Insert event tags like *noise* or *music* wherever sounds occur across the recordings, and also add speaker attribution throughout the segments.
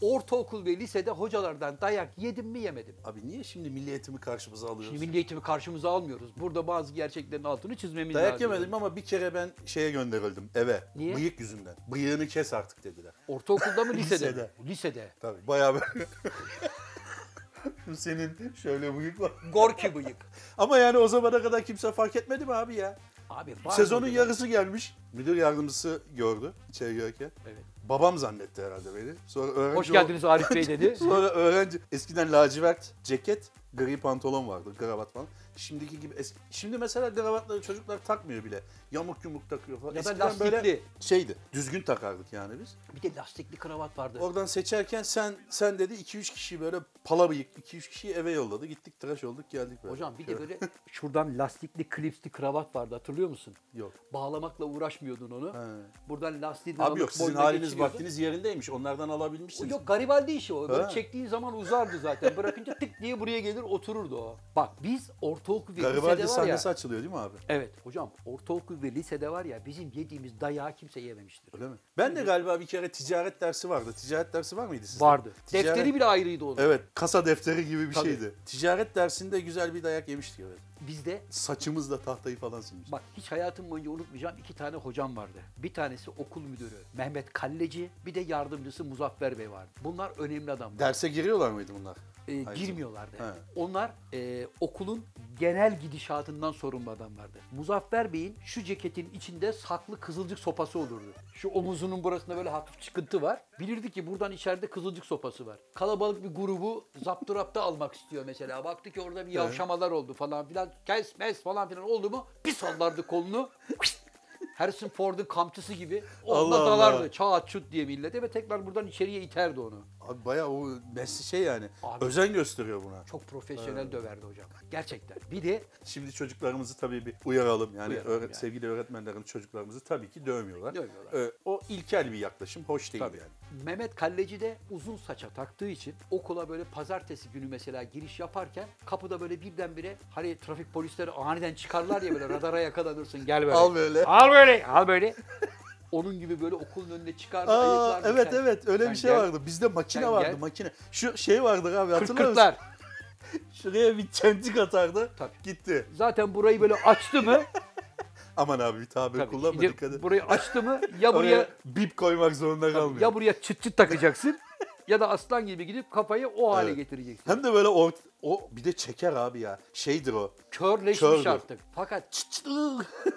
Speaker 1: ortaokul ve lisede hocalardan dayak yedim mi yemedim.
Speaker 2: Abi niye şimdi milli eğitimi karşımıza alıyoruz?
Speaker 1: Şimdi milli eğitimi karşımıza almıyoruz. Burada bazı gerçeklerin altını çizmemiz
Speaker 2: Dayak
Speaker 1: lazım.
Speaker 2: yemedim ama bir kere ben şeye gönderildim eve.
Speaker 1: Niye?
Speaker 2: Bıyık yüzünden. Bıyığını kes artık dediler.
Speaker 1: Ortaokulda mı lisede?
Speaker 2: Lisede.
Speaker 1: mi? Lisede.
Speaker 2: Tabii bayağı *laughs* böyle. Şu senin şöyle bıyık var.
Speaker 1: Gorki bıyık.
Speaker 2: Ama yani o zamana kadar kimse fark etmedi mi abi ya?
Speaker 1: Abi var
Speaker 2: Sezonun
Speaker 1: mı?
Speaker 2: yarısı gelmiş. Müdür yardımcısı gördü içeri girerken.
Speaker 1: Evet.
Speaker 2: Babam zannetti herhalde beni. Sonra öğrenci
Speaker 1: Hoş geldiniz Arif Bey
Speaker 2: *laughs*
Speaker 1: dedi.
Speaker 2: Sonra öğrenci eskiden lacivert ceket, gri pantolon vardı, kravat falan. Şimdiki gibi eski, şimdi mesela kravatları çocuklar takmıyor bile. Yamuk yumuk takıyor falan.
Speaker 1: Ya da
Speaker 2: eskiden
Speaker 1: lastikli.
Speaker 2: böyle şeydi. Düzgün takardık yani biz.
Speaker 1: Bir de lastikli kravat vardı.
Speaker 2: Oradan seçerken sen sen dedi 2-3 kişi böyle pala bıyık 2-3 kişiyi eve yolladı. Gittik tıraş olduk geldik böyle.
Speaker 1: Hocam bir de
Speaker 2: Şöyle.
Speaker 1: böyle şuradan lastikli klipsli kravat vardı hatırlıyor musun?
Speaker 2: Yok.
Speaker 1: Bağlamakla uğraşmıyordun onu.
Speaker 2: He.
Speaker 1: Buradan lastiği
Speaker 2: Abi yok sizin
Speaker 1: boynuna
Speaker 2: haliniz
Speaker 1: geçiriyordun.
Speaker 2: vaktiniz yerindeymiş. Onlardan
Speaker 1: O
Speaker 2: alabilmişsiniz.
Speaker 1: Yok garibaldi işi o. Böyle
Speaker 2: Ha.
Speaker 1: çektiğin zaman uzardı zaten. Bırakınca tık diye buraya gelir otururdu o. Bak biz ortaokul ve
Speaker 2: Garibaldi
Speaker 1: lisede var ya.
Speaker 2: sahnesi açılıyor değil mi abi?
Speaker 1: Evet hocam ortaokul ve lisede var ya bizim yediğimiz dayağı kimse yememiştir.
Speaker 2: Öyle mi? Ben de galiba bir kere ticaret dersi vardı. Ticaret dersi var mıydı sizde?
Speaker 1: Vardı.
Speaker 2: Ticaret-
Speaker 1: Defteri bile ayrıydı onun.
Speaker 2: Evet, kasa defteri gibi bir
Speaker 1: Tabii.
Speaker 2: şeydi. Ticaret dersinde güzel bir dayak yemiştik evet.
Speaker 1: Bizde
Speaker 2: Saçımızla tahtayı falan silmiş.
Speaker 1: Bak hiç hayatım boyunca unutmayacağım iki tane hocam vardı. Bir tanesi okul müdürü Mehmet Kalleci, bir de yardımcısı Muzaffer Bey vardı. Bunlar önemli adamlar.
Speaker 2: Derse giriyorlar mıydı bunlar?
Speaker 1: Ee,
Speaker 2: Hayır.
Speaker 1: girmiyorlardı.
Speaker 2: He.
Speaker 1: Onlar e, okulun genel gidişatından sorumlu adamlardı. Muzaffer Bey'in şu ceketin içinde saklı kızılcık sopası olurdu. Şu omuzunun burasında böyle hafif çıkıntı var. Bilirdi ki buradan içeride kızılcık sopası var. Kalabalık bir grubu zapturapta almak istiyor mesela. Baktı ki orada bir yavşamalar oldu falan filan. Kes mes falan filan oldu mu bir sallardı kolunu. Harrison Ford'un kamçısı gibi. Onunla
Speaker 2: Allah
Speaker 1: dalardı.
Speaker 2: Allah.
Speaker 1: Çağat çut diye millete ve tekrar buradan içeriye iterdi onu.
Speaker 2: Abi bayağı o mesle şey yani.
Speaker 1: Abi.
Speaker 2: Özen gösteriyor buna.
Speaker 1: Çok profesyonel döverdi hocam. Gerçekten. Bir de
Speaker 2: Şimdi çocuklarımızı tabii bir uyaralım. Yani,
Speaker 1: Uyaralım
Speaker 2: öğret-
Speaker 1: yani.
Speaker 2: sevgili öğretmenlerimiz çocuklarımızı tabii ki dövmüyorlar.
Speaker 1: Dövmüyorlar.
Speaker 2: Ee, o ilkel bir yaklaşım. Hoş değil
Speaker 1: Tabii.
Speaker 2: yani.
Speaker 1: Mehmet Kalleci de uzun saça taktığı için okula böyle pazartesi günü mesela giriş yaparken kapıda böyle birdenbire hani trafik polisleri aniden çıkarlar ya böyle radara yakalanırsın gel böyle.
Speaker 2: Al böyle.
Speaker 1: Al böyle. Al böyle. Onun gibi böyle okulun önüne çıkardı.
Speaker 2: Aa,
Speaker 1: ayıklardı.
Speaker 2: evet
Speaker 1: Sen-
Speaker 2: evet öyle
Speaker 1: sen
Speaker 2: bir şey
Speaker 1: gel.
Speaker 2: vardı. Bizde makine
Speaker 1: Sen
Speaker 2: vardı
Speaker 1: gel.
Speaker 2: makine. Şu şey vardı abi
Speaker 1: Kırk
Speaker 2: hatırlıyor musun?
Speaker 1: kırklar.
Speaker 2: Şuraya bir çentik atardı.
Speaker 1: Tabii.
Speaker 2: Gitti.
Speaker 1: Zaten burayı böyle açtı mı?
Speaker 2: Aman abi bir tabir
Speaker 1: Tabii,
Speaker 2: kullanma
Speaker 1: şimdi
Speaker 2: dikkat et.
Speaker 1: Burayı açtı mı ya buraya
Speaker 2: Oraya Ee, bip koymak zorunda kalmıyor.
Speaker 1: ya buraya çıt çıt takacaksın ya da aslan gibi gidip kafayı o hale
Speaker 2: Evet.
Speaker 1: getireceksin.
Speaker 2: Hem de böyle o, o bir de çeker abi ya. Şeydir o. ıı.
Speaker 1: Körleşmiş
Speaker 2: Kördür.
Speaker 1: artık. Fakat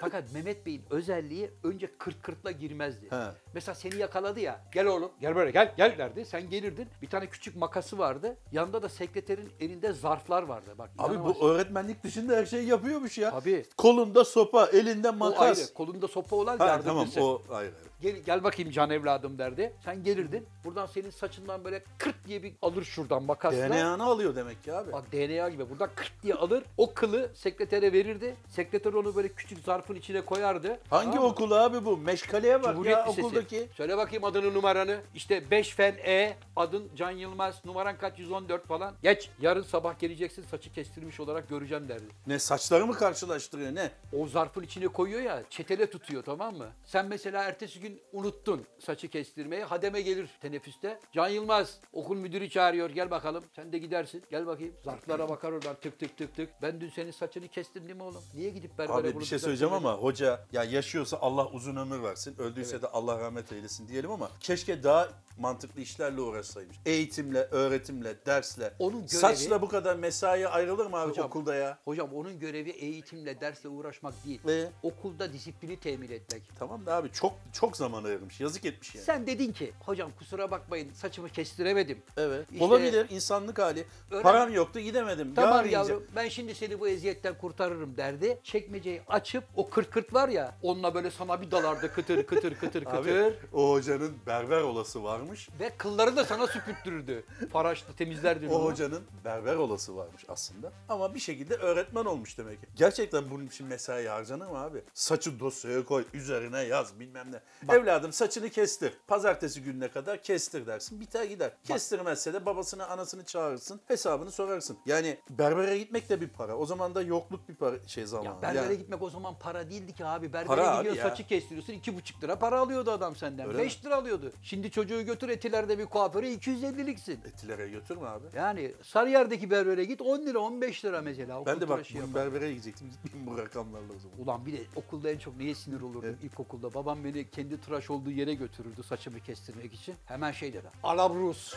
Speaker 1: Fakat Mehmet Bey'in özelliği önce kırt kırtla girmezdi.
Speaker 2: He.
Speaker 1: Mesela seni yakaladı ya. Gel oğlum. Gel böyle gel. Gel derdi. Sen gelirdin. Bir tane küçük makası vardı. Yanında da sekreterin elinde zarflar vardı. Bak
Speaker 2: Abi
Speaker 1: inanamazsın.
Speaker 2: bu öğretmenlik dışında her şeyi yapıyormuş ya.
Speaker 1: Tabii.
Speaker 2: Kolunda sopa, elinde
Speaker 1: O ayrı.
Speaker 2: makas.
Speaker 1: Kolunda sopa olan
Speaker 2: Ha,
Speaker 1: yardımcısı.
Speaker 2: tamam o ayrı.
Speaker 1: Gel, gel bakayım can evladım derdi. Sen gelirdin. Buradan senin saçından böyle kırt diye bir alır şuradan makasla.
Speaker 2: DNA'nı alıyor demek ki abi.
Speaker 1: Bak DNA gibi. Buradan kırt diye alır. O kılı sekretere verirdi. Sekreter onu böyle küçük zarfın içine koyardı.
Speaker 2: Hangi
Speaker 1: Tamam mı?
Speaker 2: okul abi bu? Meşkaleye bak
Speaker 1: Cumhuriyet
Speaker 2: ya
Speaker 1: Lisesi.
Speaker 2: okuldaki.
Speaker 1: Söyle bakayım adını numaranı. İşte 5 fen E, adın Can Yılmaz, numaran kaç 114 falan. Geç, yarın sabah geleceksin saçı kestirmiş olarak göreceğim derdi.
Speaker 2: Ne saçları mı karşılaştırıyor ne?
Speaker 1: O zarfın içine koyuyor ya, çetele tutuyor tamam mı? Sen mesela ertesi gün unuttun saçı kestirmeyi. Hademe gelir teneffüste. Can Yılmaz okul müdürü çağırıyor gel bakalım. Sen de gidersin. Gel bakayım. Zarflara bakar oradan tık tık tık tık. Ben dün senin saçını kestim değil mi oğlum? Niye gidip berbere
Speaker 2: Abi
Speaker 1: bunu
Speaker 2: bir şey söyleyeceğim
Speaker 1: düzeltmedin?
Speaker 2: ama hoca ya yaşıyorsa Allah uzun ömür versin. Öldüyse de Allah rahmet eylesin diyelim ama keşke daha mantıklı işlerle uğraşsaymış. Eğitimle, öğretimle, dersle.
Speaker 1: Onun görevi-
Speaker 2: Saçla bu kadar mesaiye ayrılır mı abi
Speaker 1: Hocam-
Speaker 2: okulda ya?
Speaker 1: Hocam onun görevi eğitimle, dersle uğraşmak değil.
Speaker 2: Ve
Speaker 1: Okulda disiplini temin etmek.
Speaker 2: Tamam da abi çok çok zaman ayırmış. Yazık etmiş yani.
Speaker 1: Sen dedin ki hocam kusura bakmayın saçımı kestiremedim.
Speaker 2: Evet.
Speaker 1: İşte-
Speaker 2: Olabilir insanlık hali.
Speaker 1: Öyle
Speaker 2: Param yoktu gidemedim.
Speaker 1: Tamam
Speaker 2: Yarın
Speaker 1: yavrum
Speaker 2: yiyeceğim.
Speaker 1: ben şimdi seni bu eziyetten kurtarırım derdi. Çekmeceyi açıp o kırt kırt var ya onunla böyle sana bir dalardı kıtır kıtır kıtır kıtır.
Speaker 2: *laughs* Abi o hocanın berber olası varmış.
Speaker 1: Ve kılları da sana süpürttürürdü. Paraşla temizlerdin
Speaker 2: O
Speaker 1: onu.
Speaker 2: hocanın berber olası varmış aslında. Ama bir şekilde öğretmen olmuş demek ki. Gerçekten bunun için mesai harcanır mı abi? Saçı dosyaya koy, üzerine yaz bilmem ne. Evladım saçını kestir. Pazartesi gününe kadar kestir dersin. Biter gider. Kestirmezse de babasını anasını çağırırsın. Hesabını sorarsın. ararsın. Yani berbere gitmek de bir para. O zaman da yokluk bir para şey zamanı.
Speaker 1: Ya berbere
Speaker 2: Yani-
Speaker 1: gitmek o zaman para değildi ki abi. Berbere
Speaker 2: Para abi
Speaker 1: gidiyor
Speaker 2: ya.
Speaker 1: saçı kestiriyorsun. iki buçuk lira para alıyordu adam senden.
Speaker 2: Öyle
Speaker 1: 5 lira alıyordu. Şimdi çocuğu götür etilerde bir kuaföre 250'liksin.
Speaker 2: Etilere götürme abi.
Speaker 1: Yani Sarıyer'deki berbere git 10 lira 15 lira mesela. Okul
Speaker 2: Ben de bak
Speaker 1: tıraşı
Speaker 2: bugün
Speaker 1: yapar.
Speaker 2: berbere gidecektim. Gitmeyeyim bu rakamlarla o zaman.
Speaker 1: Ulan bir de okulda en çok neye sinir olurdum ilkokulda? Babam beni kendi tıraş olduğu yere götürürdü saçımı kestirmek için. Hemen şey dedi. Alabrus.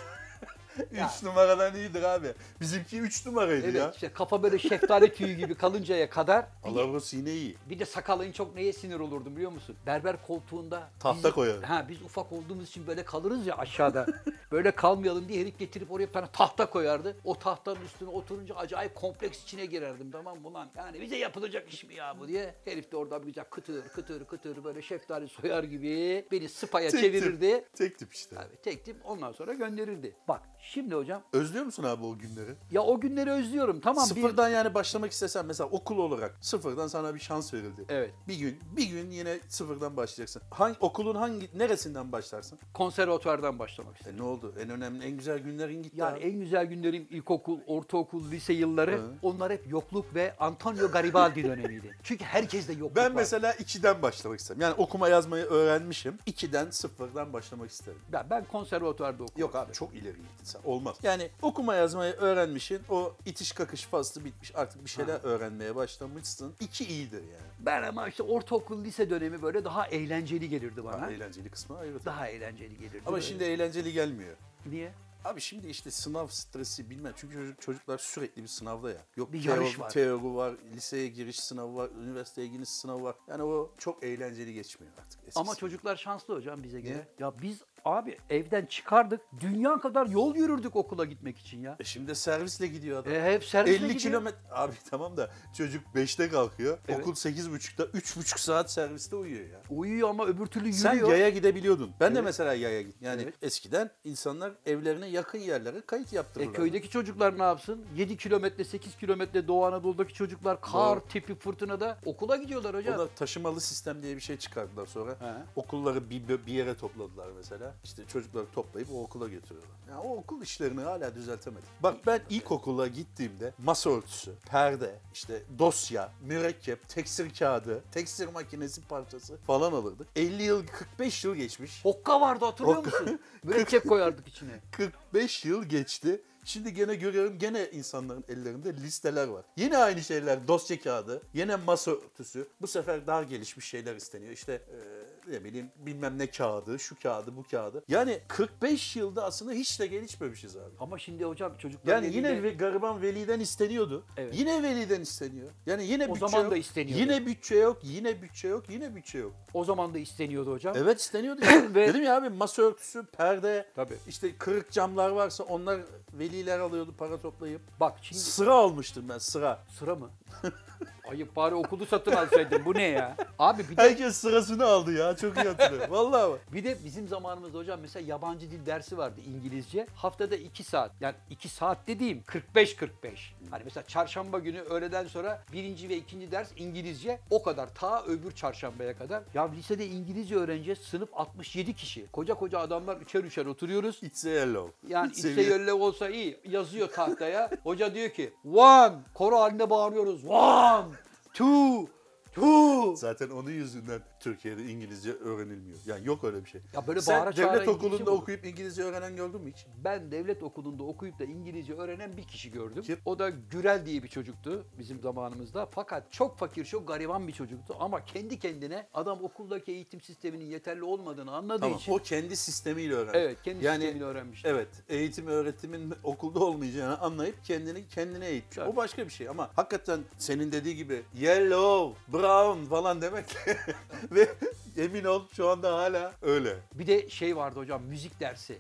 Speaker 2: 3 numaradan iyidir abi. Bizimki 3 numaraydı
Speaker 1: Evet
Speaker 2: ya.
Speaker 1: işte kafa böyle şeftali tüyü gibi kalıncaya kadar.
Speaker 2: Alavrus yine iyi.
Speaker 1: Bir de sakalın çok neye sinir olurdum biliyor musun? Berber koltuğunda.
Speaker 2: Tahta
Speaker 1: biz-
Speaker 2: koyarım.
Speaker 1: Ha biz ufak olduğumuz için böyle kalırız ya
Speaker 2: *laughs*
Speaker 1: aşağıda. böyle kalmayalım diye herif getirip oraya bir tane tahta koyardı. O tahtanın üstüne oturunca acayip kompleks içine girerdim tamam mı lan? Yani bize yapılacak iş mi ya bu diye. Herif de oradan bir güzel kıtır kıtır kıtır böyle şeftali soyar gibi beni spaya
Speaker 2: Tek
Speaker 1: çevirirdi.
Speaker 2: tip. Tek tip işte.
Speaker 1: Abi tektim ondan sonra gönderirdi. Bak şimdi hocam
Speaker 2: Özlüyor musun abi o günleri?
Speaker 1: ya o günleri özlüyorum tamam. bir-
Speaker 2: sıfırdan yani başlamak istesen mesela okul olarak sıfırdan sana bir şans verildi.
Speaker 1: Evet.
Speaker 2: Bir gün bir gün yine sıfırdan başlayacaksın. Hangi okulun hangi neresinden başlarsın?
Speaker 1: konservatuvardan başlamak istedim.
Speaker 2: E ne oldu? En önemli en güzel günlerin gitti.
Speaker 1: Yani e-
Speaker 2: abi.
Speaker 1: en güzel günlerim ilkokul, ortaokul, lise yılları. Onlar hep yokluk ve Antonio
Speaker 2: *laughs*
Speaker 1: Garibaldi dönemiydi. Çünkü herkes de yokluk
Speaker 2: ben
Speaker 1: var.
Speaker 2: mesela 2'den başlamak isterim. Yani okuma yazmayı öğrenmişim. 2'den sıfırdan başlamak isterim.
Speaker 1: Ben, ben konservatuvarda okudum.
Speaker 2: Yok abi çok ileri gittin sen. Olmaz. Yani okuma yazmayı öğrenmişsin. O itiş kakış faslı bitmiş. Artık bir şeyler öğrenmeye başlamışsın. 2 iyidir yani.
Speaker 1: Ben ama işte ortaokul, lise dönemi böyle daha eğlenceli gelirdi bana.
Speaker 2: Daha eğlenceli kısmı ayrı.
Speaker 1: daha eğlenceli gelirdi.
Speaker 2: Ama
Speaker 1: böyle.
Speaker 2: şimdi eğlenceli gelmiyor.
Speaker 1: Niye?
Speaker 2: Abi şimdi işte sınav stresi bilmem. Çünkü çocuk- çocuklar sürekli bir sınavda ya. Yok
Speaker 1: Bir
Speaker 2: teori,
Speaker 1: yarış var.
Speaker 2: teori var, liseye giriş sınavı var, üniversiteye giriş sınavı var. Yani o çok eğlenceli geçmiyor artık. eskisi.
Speaker 1: Ama çocuklar şanslı hocam bize göre.
Speaker 2: Niye?
Speaker 1: Ya biz abi evden çıkardık. Dünya kadar yol yürürdük okula gitmek için ya.
Speaker 2: E şimdi servisle gidiyor adam.
Speaker 1: E, hep servisle
Speaker 2: 50
Speaker 1: gidiyor.
Speaker 2: kilometre. Abi tamam da çocuk 5'te kalkıyor.
Speaker 1: Evet.
Speaker 2: Okul 8.30'da 3.5 saat serviste uyuyor ya.
Speaker 1: Uyuyor ama öbür türlü yürüyor.
Speaker 2: Sen yaya gidebiliyordun. Ben de
Speaker 1: Evet.
Speaker 2: mesela yaya git. Yani
Speaker 1: Evet.
Speaker 2: eskiden insanlar evlerine yakın yerlere kayıt
Speaker 1: E
Speaker 2: yaptırırlar.
Speaker 1: köydeki çocuklar ne yapsın? 7 kilometre, 8 kilometre Doğu Anadolu'daki çocuklar kar,
Speaker 2: Doğru.
Speaker 1: tipi, fırtınada okula gidiyorlar hocam.
Speaker 2: Onlar taşımalı sistem diye bir şey çıkardılar sonra.
Speaker 1: He.
Speaker 2: Okulları bir, bir yere topladılar mesela. İşte çocukları toplayıp o okula götürüyorlar. Ya o okul işlerini hala düzeltemedik. Bak ben ilkokula gittiğimde masa örtüsü, perde, işte dosya, mürekkep, teksir kağıdı, teksir makinesi parçası falan alırdık. 50 yıl, 45 yıl geçmiş.
Speaker 1: Hokka vardı hatırlıyor
Speaker 2: Hokka.
Speaker 1: *laughs* musun? Mürekkep koyardık içine.
Speaker 2: 45 yıl geçti. Şimdi gene görüyorum gene insanların ellerinde listeler var. Yine aynı şeyler dosya kağıdı, yine masa örtüsü. Bu sefer daha gelişmiş şeyler isteniyor. İşte eee, ne bileyim bilmem ne kağıdı, şu kağıdı, bu kağıdı. Yani 45 yılda aslında hiç de gelişmemişiz abi.
Speaker 1: Ama şimdi hocam çocuklar
Speaker 2: Yani yine
Speaker 1: şey
Speaker 2: ve gariban veliden isteniyordu.
Speaker 1: Evet.
Speaker 2: Yine veliden isteniyor. Yani yine
Speaker 1: O
Speaker 2: bütçe
Speaker 1: zaman
Speaker 2: yok.
Speaker 1: da isteniyordu.
Speaker 2: Yine bütçe yok, yine bütçe yok, yine bütçe yok.
Speaker 1: o zaman da isteniyordu hocam.
Speaker 2: Evet isteniyordu.
Speaker 1: *laughs*
Speaker 2: işte.
Speaker 1: Ve-
Speaker 2: Dedim ya abi masa örtüsü, perde,
Speaker 1: Tabii.
Speaker 2: işte kırık camlar varsa onlar veliler alıyordu para toplayıp.
Speaker 1: Bak şimdi
Speaker 2: Sıra almıştım ben sıra.
Speaker 1: sıra mı? Ayıp bari okulu satın alsaydın. Bu ne ya? *laughs* Abi bir de
Speaker 2: Herkes sırasını aldı ya çok iyi hatırlıyorum. *laughs* Vallahi bak.
Speaker 1: Bir de bizim zamanımızda hocam mesela yabancı dil dersi vardı İngilizce. Haftada 2 saat. Yani 2 saat dediğim 45-45. Hani mesela çarşamba günü öğleden sonra birinci ve ikinci ders İngilizce. O kadar ta öbür çarşambaya kadar. Ya lisede İngilizce öğreneceğiz sınıf 67 kişi. Koca koca adamlar üçer üçer oturuyoruz.
Speaker 2: It's a yellow.
Speaker 1: Yani
Speaker 2: It's a
Speaker 1: işte yölle olsa iyi. Yazıyor tahtaya. Hoca diyor ki one. Koro halinde bağırıyoruz. One, two, two.
Speaker 2: Zaten onun yüzünden Türkiye'de İngilizce öğrenilmiyor. Yani yok öyle bir şey.
Speaker 1: Ya böyle
Speaker 2: Sen
Speaker 1: bağıra çağıra
Speaker 2: devlet
Speaker 1: İngilizce mi
Speaker 2: okulunda
Speaker 1: olur?
Speaker 2: okuyup İngilizce öğrenen gördün mü hiç?
Speaker 1: Ben devlet okulunda okuyup da İngilizce öğrenen bir kişi gördüm.
Speaker 2: Kim?
Speaker 1: O da Gürel diye bir çocuktu bizim zamanımızda. Fakat çok fakir, çok gariban bir çocuktu. Ama kendi kendine adam okuldaki eğitim sisteminin yeterli olmadığını anladığı
Speaker 2: Tamam.
Speaker 1: için...
Speaker 2: O kendi sistemiyle öğrenmiş.
Speaker 1: Evet, kendi
Speaker 2: yani,
Speaker 1: sistemini öğrenmişti.
Speaker 2: Evet, eğitim öğretimin okulda olmayacağını anlayıp kendini kendine eğitmiş.
Speaker 1: Tabii.
Speaker 2: O başka bir şey ama hakikaten senin dediği gibi yellow, brown falan demek *laughs* ve emin ol şu anda hala öyle.
Speaker 1: Bir de şey vardı hocam, müzik dersi.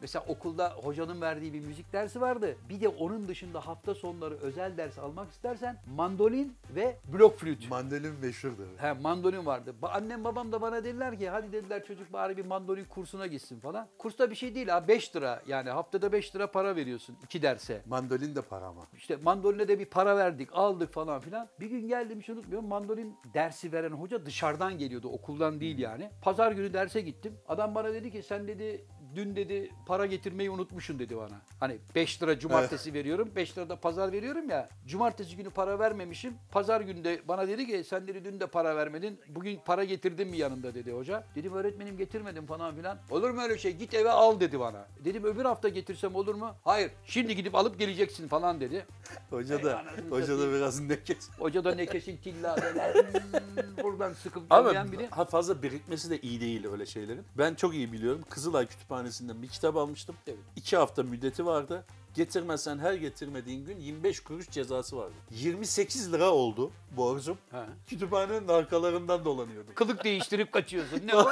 Speaker 1: Mesela okulda hocanın verdiği bir müzik dersi vardı. Bir de onun dışında hafta sonları özel ders almak istersen mandolin ve blok flüt.
Speaker 2: Mandalin meşhurdur.
Speaker 1: He mandolin vardı. Ba- annem babam da bana dediler ki hadi dediler çocuk bari bir mandolin kursuna gitsin falan. Kursta bir şey değil ha 5 lira yani haftada 5 lira para veriyorsun iki derse.
Speaker 2: Mandolin de para ama.
Speaker 1: İşte mandoline de bir para verdik aldık falan filan. Bir gün geldim hiç unutmuyorum mandolin dersi veren hoca dışarıdan geliyordu okuldan değil yani. Pazar günü derse gittim. Adam bana dedi ki sen dedi dün dedi para getirmeyi unutmuşsun dedi bana. Hani 5 lira cumartesi veriyorum, 5 lira da pazar veriyorum ya. Cumartesi günü para vermemişim. Pazar günü de bana dedi ki sen dedi dün de para vermedin. Bugün para getirdin mi yanında dedi hoca. Dedim öğretmenim getirmedim falan filan. Olur mu öyle şey git eve al dedi bana. Dedim öbür hafta getirsem olur mu? Hayır şimdi gidip alıp geleceksin falan dedi.
Speaker 2: Hoca da,
Speaker 1: anasını
Speaker 2: hoca da
Speaker 1: satayım.
Speaker 2: biraz *laughs* neket.
Speaker 1: Hoca da ne kesin tilla böyle, hmm, buradan sıkıp gelmeyen
Speaker 2: Ama *laughs*
Speaker 1: biri.
Speaker 2: ha fazla birikmesi de iyi değil öyle şeylerin. Ben çok iyi biliyorum. Kızılay Kütüphanesi'nden bir kitap almıştım.
Speaker 1: Evet.
Speaker 2: İki hafta müddeti vardı. Getirmezsen her getirmediğin gün 25 kuruş cezası vardı. 28 lira oldu borcum.
Speaker 1: Ha.
Speaker 2: Kütüphanenin arkalarından dolanıyordum.
Speaker 1: Kılık değiştirip kaçıyorsun. Ne o?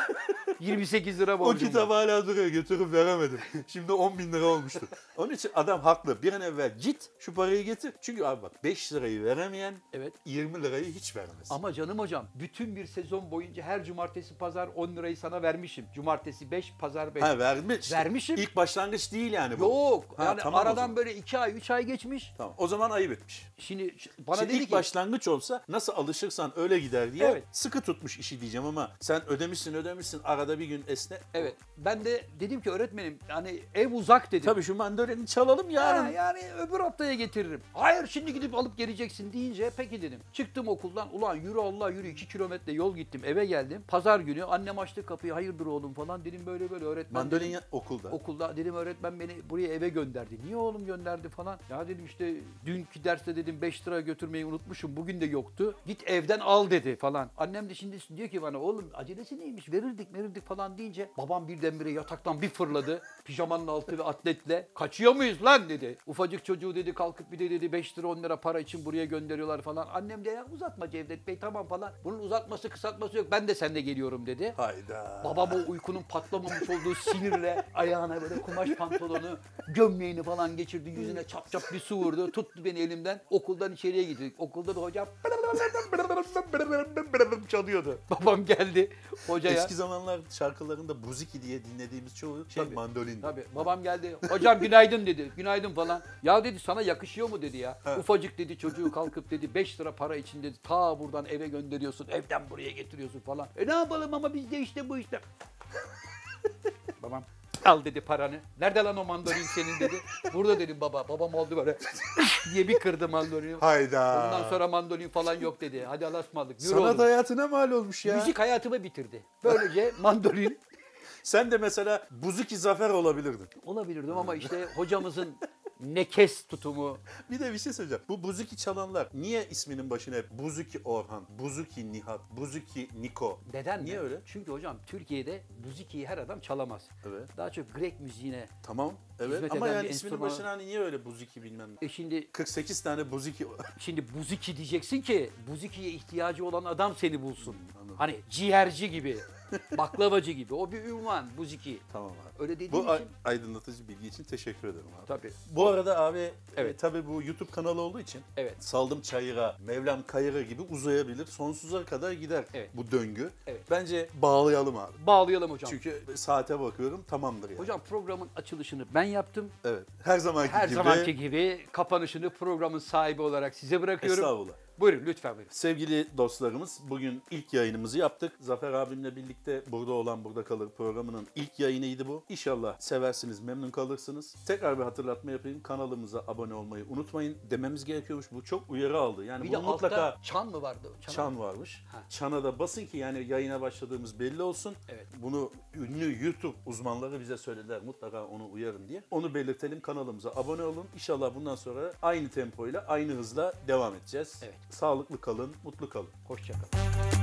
Speaker 1: 28 lira borcum
Speaker 2: O
Speaker 1: var.
Speaker 2: kitap hala duruyor götürüp veremedim. Şimdi 10 bin lira olmuştu. Onun için adam haklı. Bir an evvel git şu parayı getir. Çünkü abi bak 5 lirayı veremeyen
Speaker 1: Evet.
Speaker 2: 20 lirayı hiç veremez.
Speaker 1: Ama canım hocam bütün bir sezon boyunca her cumartesi pazar 10 lirayı sana vermişim. Cumartesi 5, pazar 5.
Speaker 2: ha vermiş.
Speaker 1: Vermişim.
Speaker 2: İlk başlangıç değil yani bu.
Speaker 1: Yok.
Speaker 2: Ha,
Speaker 1: yani
Speaker 2: tamam o
Speaker 1: aradan
Speaker 2: zaman.
Speaker 1: böyle 2 ay 3 ay geçmiş.
Speaker 2: Tamam. O zaman ayıp etmiş.
Speaker 1: Şimdi ş- bana
Speaker 2: Şimdi
Speaker 1: dedi
Speaker 2: ilk
Speaker 1: ki
Speaker 2: başlangıç olsa nasıl alışırsan öyle gider diye
Speaker 1: Evet.
Speaker 2: sıkı tutmuş işi diyeceğim ama sen ödemişsin ödemişsin arada bir gün esne.
Speaker 1: Evet. Ben de dedim ki öğretmenim hani ev uzak dedim.
Speaker 2: Tabii şu mandolini çalalım yarın.
Speaker 1: Ha, yani öbür haftaya getiririm. Hayır şimdi gidip alıp geleceksin deyince peki dedim. Çıktım okuldan ulan yürü Allah yürü 2 kilometre yol gittim eve geldim. Pazar günü annem açtı kapıyı hayırdır oğlum falan dedim böyle böyle öğretmen.
Speaker 2: Mandolin
Speaker 1: dedim.
Speaker 2: ya- okulda.
Speaker 1: Okulda dedim öğretmen beni buraya eve gönderdi. Niye oğlum gönderdi falan. Ya dedim işte dünkü derste dedim 5 lira götürmeyi unutmuşum. Bugün de yoktu. Git evden al dedi falan. Annem de şimdi diyor ki bana oğlum acelesi neymiş verirdik verirdik falan deyince babam birdenbire yataktan bir fırladı. *laughs* Pijamanın altı ve atletle kaçıyor muyuz lan dedi. Ufacık çocuğu dedi kalkıp bir de dedi 5 lira 10 lira para için buraya gönderiyorlar falan. Annem de ya uzatma Cevdet Bey tamam falan. Bunun uzatması kısaltması yok ben de seninle geliyorum dedi.
Speaker 2: Hayda.
Speaker 1: Babam o uykunun patlamamış olduğu sinirle ayağına böyle kumaş pantolonu, gömleğini falan geçirdi. Yüzüne çap çap bir su vurdu. Tuttu beni elimden. Okuldan içeriye gittik. Okulda da hocam *laughs* çalıyordu. Babam geldi hocaya.
Speaker 2: Eski zamanlar şarkılarında buziki diye dinlediğimiz çoğu şey
Speaker 1: Tabii,
Speaker 2: mandolin.
Speaker 1: Tabii babam geldi. Hocam günaydın dedi. Günaydın falan. Ya dedi sana yakışıyor mu dedi ya. Ufacık dedi çocuğu kalkıp dedi 5 lira para için dedi. Ta buradan eve gönderiyorsun. Evden buraya getiriyorsun falan. E ne yapalım ama biz de işte bu işte. *laughs* babam al dedi paranı. Nerede lan o mandolin senin dedi. Burada dedim baba. Babam oldu böyle *laughs* diye bir kırdı mandolini.
Speaker 2: Hayda.
Speaker 1: Ondan sonra mandolin falan yok dedi. Hadi Allah'a ısmarladık. Yürü
Speaker 2: Sanat
Speaker 1: oğlum.
Speaker 2: hayatına mal olmuş ya.
Speaker 1: Müzik hayatımı bitirdi. Böylece mandolin
Speaker 2: Sen de mesela Buzuki Zafer olabilirdin. *laughs*
Speaker 1: Olabilirdim ama işte hocamızın nekes tutumu.
Speaker 2: Bir de bir şey söyleyeceğim. Bu Buzuki çalanlar niye isminin başına hep Buzuki Orhan, Buzuki Nihat, Buzuki Niko?
Speaker 1: Neden mi?
Speaker 2: Niye öyle?
Speaker 1: Çünkü hocam Türkiye'de müzikiyi her adam çalamaz.
Speaker 2: Evet.
Speaker 1: Daha çok Grek müziğine.
Speaker 2: Tamam. Evet
Speaker 1: Hizmet
Speaker 2: ama
Speaker 1: eden
Speaker 2: yani
Speaker 1: bir
Speaker 2: isminin
Speaker 1: enstrüman-
Speaker 2: başına hani niye öyle Buzuki bilmem ne?
Speaker 1: E şimdi
Speaker 2: 48 tane Buzuki
Speaker 1: şimdi muziki diyeceksin ki muzikiye ihtiyacı olan adam seni bulsun.
Speaker 2: Hmm, anladım.
Speaker 1: hani ciğerci gibi, baklavacı gibi. O bir ünvan muziki.
Speaker 2: *laughs* Tamam abi.
Speaker 1: Öyle dediğim
Speaker 2: Bu a-
Speaker 1: için
Speaker 2: aydınlatıcı bilgi için teşekkür ederim abi.
Speaker 1: E, tabii.
Speaker 2: Bu arada abi
Speaker 1: Evet.
Speaker 2: e, tabii bu YouTube kanalı olduğu için
Speaker 1: Evet.
Speaker 2: Saldım Çayır'a, Mevlam Kayır'a gibi uzayabilir. Sonsuza kadar gider
Speaker 1: Evet.
Speaker 2: bu döngü.
Speaker 1: Evet.
Speaker 2: Bence bağlayalım abi.
Speaker 1: Bağlayalım hocam.
Speaker 2: Çünkü saate bakıyorum tamamdır yani.
Speaker 1: Hocam programın açılışını ben yaptım.
Speaker 2: Evet. Her zamanki
Speaker 1: Her
Speaker 2: gibi.
Speaker 1: zamanki gibi kapanışını programın sahibi olarak size bırakıyorum.
Speaker 2: Estağfurullah.
Speaker 1: Buyurun lütfen buyurun.
Speaker 2: Sevgili dostlarımız bugün ilk yayınımızı yaptık. Zafer abimle birlikte Burada Olan Burada Kalır programının ilk yayınıydı bu. İnşallah seversiniz, memnun kalırsınız. Tekrar bir hatırlatma yapayım. Kanalımıza abone olmayı unutmayın. Dememiz gerekiyormuş. Bu çok uyarı aldı. Yani
Speaker 1: Bir
Speaker 2: bunu
Speaker 1: de
Speaker 2: mutlaka
Speaker 1: altta çan mı vardı? Çan.
Speaker 2: Çan varmış.
Speaker 1: Ha.
Speaker 2: Çana da basın ki yani yayına başladığımız belli olsun.
Speaker 1: Evet.
Speaker 2: Bunu ünlü YouTube uzmanları bize söylediler. Mutlaka onu uyarın diye. Onu belirtelim. Kanalımıza abone olun. İnşallah bundan sonra aynı tempoyla, aynı hızla devam edeceğiz.
Speaker 1: Evet.
Speaker 2: Sağlıklı kalın, mutlu kalın.
Speaker 1: Hoşçakalın.